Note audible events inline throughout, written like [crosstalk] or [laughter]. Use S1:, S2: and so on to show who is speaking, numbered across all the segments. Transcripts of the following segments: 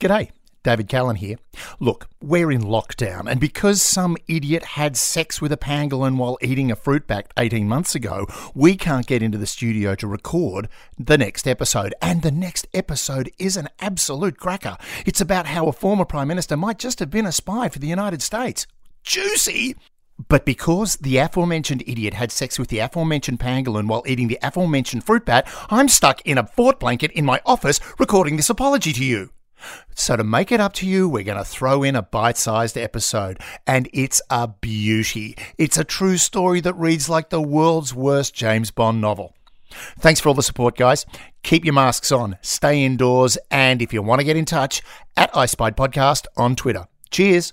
S1: G'day, David Callan here. Look, we're in lockdown, and because some idiot had sex with a pangolin while eating a fruit bat 18 months ago, we can't get into the studio to record the next episode. And the next episode is an absolute cracker. It's about how a former Prime Minister might just have been a spy for the United States. Juicy! But because the aforementioned idiot had sex with the aforementioned pangolin while eating the aforementioned fruit bat, I'm stuck in a fort blanket in my office recording this apology to you. So, to make it up to you, we're going to throw in a bite sized episode, and it's a beauty. It's a true story that reads like the world's worst James Bond novel. Thanks for all the support, guys. Keep your masks on, stay indoors, and if you want to get in touch, at iSpied Podcast on Twitter. Cheers.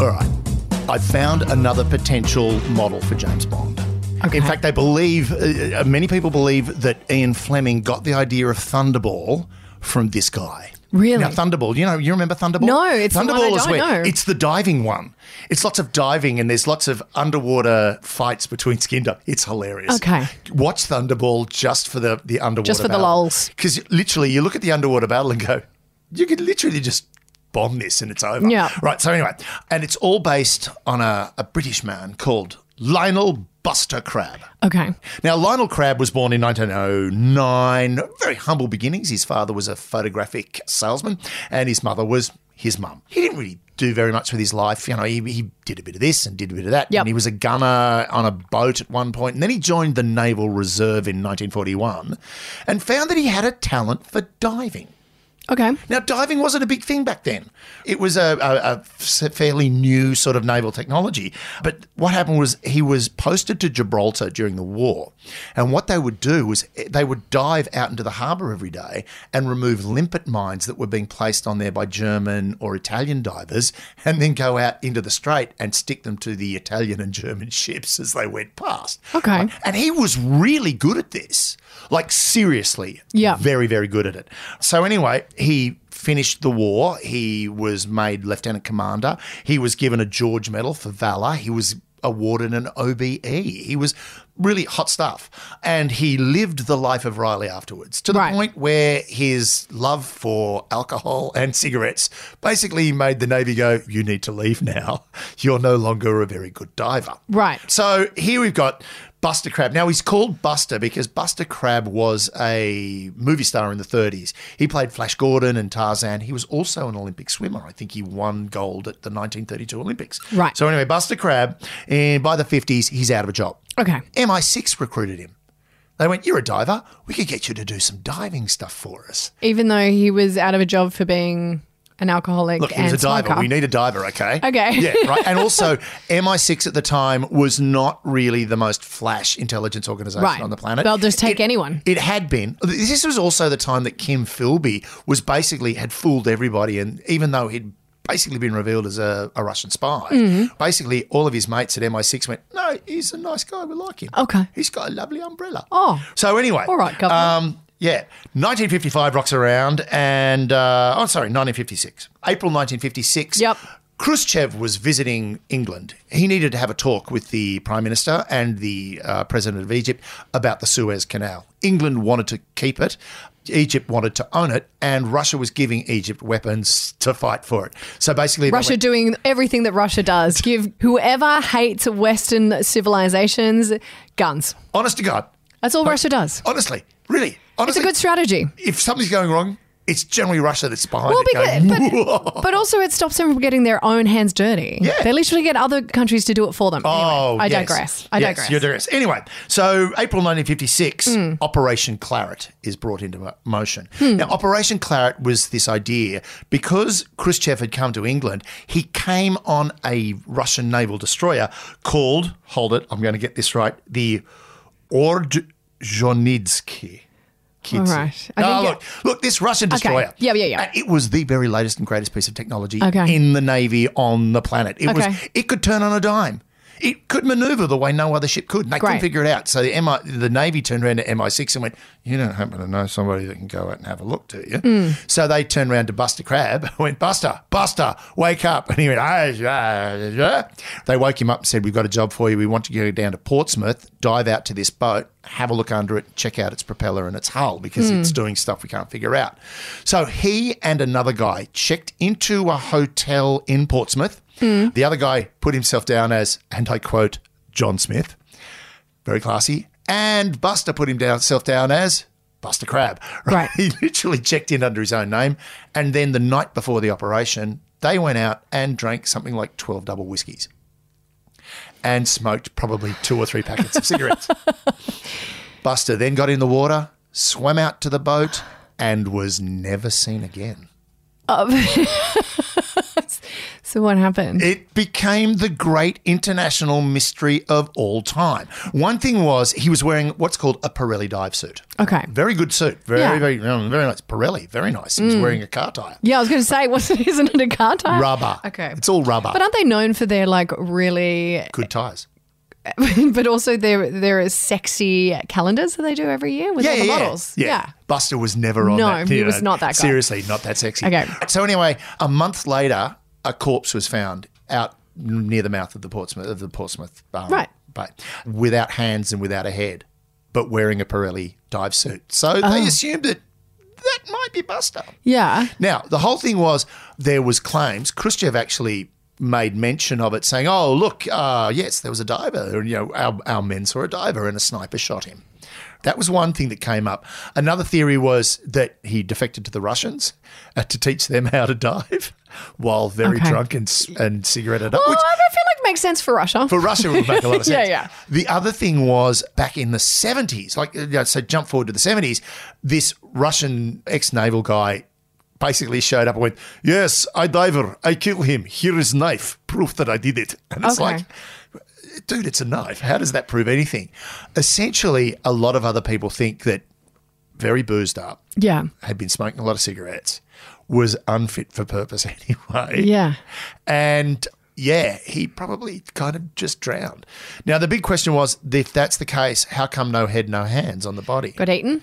S1: All right. I found another potential model for James Bond. In fact, they believe, uh, uh, many people believe that Ian Fleming got the idea of Thunderball from this guy.
S2: Really?
S1: Now, Thunderball, you know, you remember Thunderball?
S2: No, it's the one I
S1: Thunderball is
S2: don't
S1: where
S2: know.
S1: it's the diving one. It's lots of diving and there's lots of underwater fights between skin dive. It's hilarious.
S2: Okay.
S1: Watch Thunderball just for the, the underwater
S2: Just for the lols.
S1: Because literally, you look at the underwater battle and go, you could literally just bomb this and it's over.
S2: Yeah.
S1: Right. So anyway, and it's all based on a, a British man called Lionel Buster Crab.
S2: Okay.
S1: Now, Lionel Crabb was born in 1909. Very humble beginnings. His father was a photographic salesman, and his mother was his mum. He didn't really do very much with his life. You know, he, he did a bit of this and did a bit of that.
S2: Yep.
S1: And he was a gunner on a boat at one point, and then he joined the Naval Reserve in 1941, and found that he had a talent for diving.
S2: Okay.
S1: Now, diving wasn't a big thing back then. It was a, a, a f- fairly new sort of naval technology. But what happened was he was posted to Gibraltar during the war. And what they would do was eh, they would dive out into the harbour every day and remove limpet mines that were being placed on there by German or Italian divers and then go out into the strait and stick them to the Italian and German [laughs] ships as they went past.
S2: Okay.
S1: And he was really good at this. Like, seriously.
S2: Yeah.
S1: Very, very good at it. So, anyway, he finished the war. He was made lieutenant commander. He was given a George Medal for valor. He was awarded an OBE. He was really hot stuff. And he lived the life of Riley afterwards to the
S2: Right.
S1: point where his love for alcohol and cigarettes basically made the Navy go, You need to leave now. [laughs] You're no longer a very good diver.
S2: Right.
S1: So here we've got Buster Crab. Now he's called Buster because Buster Crab was a movie star in the 30s. He played Flash Gordon and Tarzan. He was also an Olympic swimmer. I think he won gold at the 1932 Olympics.
S2: Right.
S1: So anyway, Buster Crab, and by the 50s, he's out of a job.
S2: Okay.
S1: MI6 recruited him. They went, You're a diver. We could get you to do some diving stuff for us.
S2: Even though he was out of a job for being an alcoholic
S1: Look, he
S2: and
S1: was a diver.
S2: smoker.
S1: We need a diver, okay?
S2: Okay.
S1: Yeah,
S2: [laughs]
S1: right. And also, MI6 at the time was not really the most flash intelligence organization
S2: right
S1: on the planet.
S2: They'll just take anyone.
S1: It had been. This was also the time that Kim Philby was basically had fooled everybody, and even though he'd basically been revealed as a, a Russian spy,
S2: Mm-hmm.
S1: basically all of his mates at MI6 went, "No, he's a nice guy. We like him.
S2: Okay.
S1: he's got a lovely umbrella."
S2: Oh.
S1: so anyway,
S2: All right, Governor.
S1: Um, yeah, 1955 rocks around, and uh, oh, sorry, 1956, April 1956.
S2: Yep.
S1: Khrushchev was visiting England. He needed to have a talk with the Prime Minister and the uh, President of Egypt about the Suez Canal. England wanted to keep it, Egypt wanted to own it, and Russia was giving Egypt weapons to fight for it. So basically, they
S2: Russia
S1: went-
S2: doing everything that Russia does. Give whoever hates Western civilizations guns.
S1: honest to God,
S2: That's all Russia does.
S1: honestly, really,
S2: It's
S1: honestly,
S2: a good strategy.
S1: if something's going wrong, it's generally Russia that's behind
S2: Well,
S1: it.
S2: because,
S1: going,
S2: but, but also it stops them from getting their own hands dirty.
S1: Oh. Yeah.
S2: They literally get other countries to do it for them. Anyway,
S1: Oh,
S2: I
S1: yes.
S2: digress. I
S1: Yes,
S2: digress. Hmm.
S1: You digress. Anyway, so April 1956, Operation Claret is brought into mo- motion. Now, Operation Claret was this idea because Khrushchev had come to England, he came on a Russian naval destroyer called, hold it, I'm going to get this right, the Orzhonitsky. kids.
S2: All right. I
S1: No,
S2: think-
S1: look, look, this Russian destroyer.
S2: Yeah, yeah, yeah.
S1: And it was the very latest and greatest piece of technology
S2: Okay.
S1: in the Navy on the planet. It was.
S2: Okay.
S1: It could turn on a dime. It could maneuver the way no other ship could. And they couldn't
S2: Great.
S1: figure it out. So the MI, the Navy turned around to MI6 and went, "You don't happen to know somebody that can go out and have a look, do you?" So they turned around to Buster Crab [laughs] and went, "Buster, Buster, wake up!" [laughs] And he went, "Ah, yeah, yeah." They woke him up and said, "We've got a job for you. We want you to go down to Portsmouth, dive out to this boat, have a look under it, check out its propeller and its hull because it's doing stuff we can't figure out." So he and another guy checked into a hotel in Portsmouth. The other guy put himself down as, and I quote, John Smith very classy. And Buster put him down, self down as Buster Crab. [laughs]
S2: Right.
S1: he literally checked in under his own name. And then the night before the operation, they went out and drank something like 12 double whiskies and smoked probably two or three packets of cigarettes. Buster then got in the water, swam out to the boat, and was never seen again.
S2: Oh. [laughs] So what happened?
S1: It became the great international mystery of all time. One thing was he was wearing what's called a Pirelli dive suit.
S2: okay.
S1: Very good suit. Very,
S2: Yeah. Mm.
S1: very, um, very nice. Pirelli, very nice. He was wearing a car tire.
S2: Yeah, I was going to say, [laughs] wasn't isn't it a car tire?
S1: Rubber.
S2: Okay.
S1: It's all rubber.
S2: But aren't they known for their like really, [laughs]
S1: good tires.
S2: but also their their sexy calendars that they do every year with all the models?
S1: Yeah. Buster was never on
S2: No,
S1: that.
S2: he
S1: you
S2: was not that guy.
S1: Seriously, not that sexy.
S2: Okay.
S1: So anyway, a month later, a corpse was found out near the mouth of the Portsmouth of the Portsmouth um,
S2: Right.
S1: Bay, without hands and without a head, but wearing a Pirelli dive suit. So
S2: Oh.
S1: they assumed that that might be Buster.
S2: Yeah.
S1: Now, the whole thing was there was claims. Khrushchev actually made mention of it, saying, "Oh, look, uh, yes, there was a diver. and, You know, our, our men saw a diver, and a sniper shot him." That was one thing that came up. Another theory was that he defected to the Russians uh, to teach them [laughs] how to dive while very
S2: Okay.
S1: drunk and, c- and cigaretted up.
S2: Well,
S1: Which
S2: I don't Oh, feel like it makes sense for Russia.
S1: for Russia, it would make a
S2: [laughs]
S1: lot of
S2: Yeah,
S1: sense.
S2: yeah.
S1: The other thing was back in the 70s, like, you know, so jump forward to the 70s, this Russian ex naval guy basically showed up and went, Yes, I diver, I kill him. Here is knife, proof that I did it. [laughs] And it's
S2: Okay.
S1: like, dude, it's a knife. How does that prove anything? Essentially, a lot of other people think that very boozed up,
S2: yeah.
S1: had been smoking a lot of cigarettes, was unfit for purpose [laughs] anyway.
S2: Yeah.
S1: And yeah, he probably kind of just drowned. Now, the big question was if that's the case, how come no head, no hands on the body?
S2: Got eaten?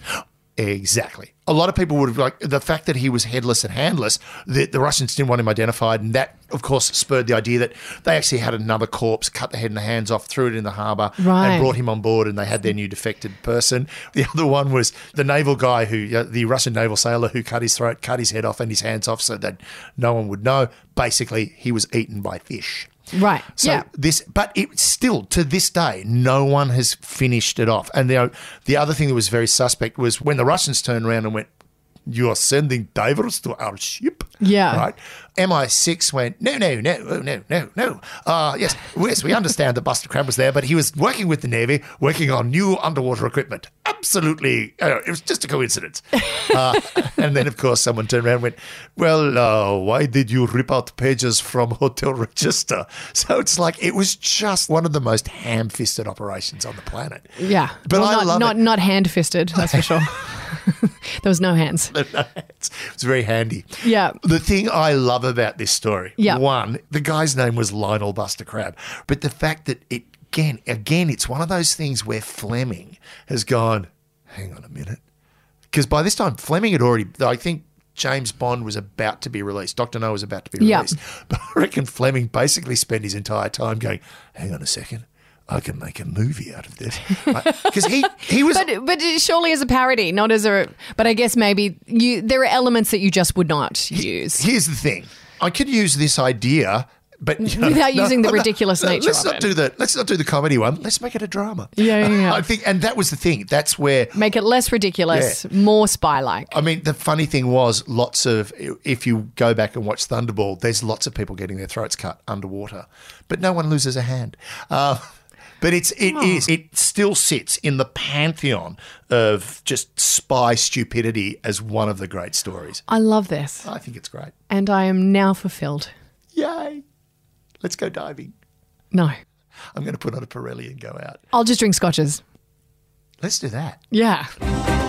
S1: Exactly. A lot of people would have like the fact that he was headless and handless, the, the Russians didn't want him identified. And that, of course, spurred the idea that they actually had another corpse, cut the head and the hands off, threw it in the harbour,
S2: Right.
S1: and brought him on board. And they had their new defected person. The other one was the naval guy who, uh, the Russian naval sailor who cut his throat, cut his head off and his hands off so that no one would know. Basically, he was eaten by fish.
S2: Right.
S1: So
S2: yeah.
S1: this, but it still to this day, no one has finished it off. And the the other thing that was very suspect was when the Russians turned around and went, "You are sending divers to our ship."
S2: Yeah.
S1: Right. MI6 went, "No, no, no, oh, no, no, no." Uh, yes, yes, we understand that Buster Crab was there, but he was working with the Navy, working on new underwater equipment. Absolutely, uh, it was just a coincidence. Uh, [laughs] and then, of course, someone turned around and went, Well, uh, why did you rip out pages from [laughs] Hotel Register? So it's like it was just one of the most ham fisted operations on the planet. [laughs]
S2: Yeah.
S1: But
S2: Well,
S1: I
S2: not,
S1: love
S2: not,
S1: it.
S2: Not hand fisted, that's for sure. [laughs] there was no hands.
S1: it's, it's very handy.
S2: Yeah.
S1: The thing I love about this story,
S2: Yeah.
S1: one, the guy's name was Lionel Buster Crab, but the fact that it again, again, it's one of those things where Fleming has gone, hang on a minute, because by this time Fleming had already, I think. James Bond was about to be released. Doctor No was about to be
S2: Yeah.
S1: released. [laughs] But I reckon Fleming basically spent his entire time going, "Hang on a second, I can make a movie out of this,"
S2: [laughs]
S1: because he he was
S2: But, but surely as a parody, not as a. But I guess maybe you there are elements that you just would not use.
S1: Here's the thing: I could use this idea, but you know,
S2: Without using the ridiculous nature
S1: Let's
S2: of
S1: not
S2: it.
S1: do the let's not do the comedy one. Let's make it a drama.
S2: Yeah, yeah,
S1: [laughs]
S2: yeah.
S1: I think, and that was the thing. That's where.
S2: Make it less ridiculous, more spy like.
S1: I mean, the funny thing was, lots of if you go back and watch Thunderball, there's lots of people getting their throats cut underwater, but no one loses a hand. Uh, but it's it is it still sits in the pantheon of just spy stupidity as one of the great stories.
S2: I love this.
S1: I think it's great.
S2: And I am now fulfilled.
S1: Yay! Let's go diving.
S2: No.
S1: I'm going to put on a Pirelli and go out.
S2: I'll just drink scotches.
S1: Let's do that.
S2: Yeah.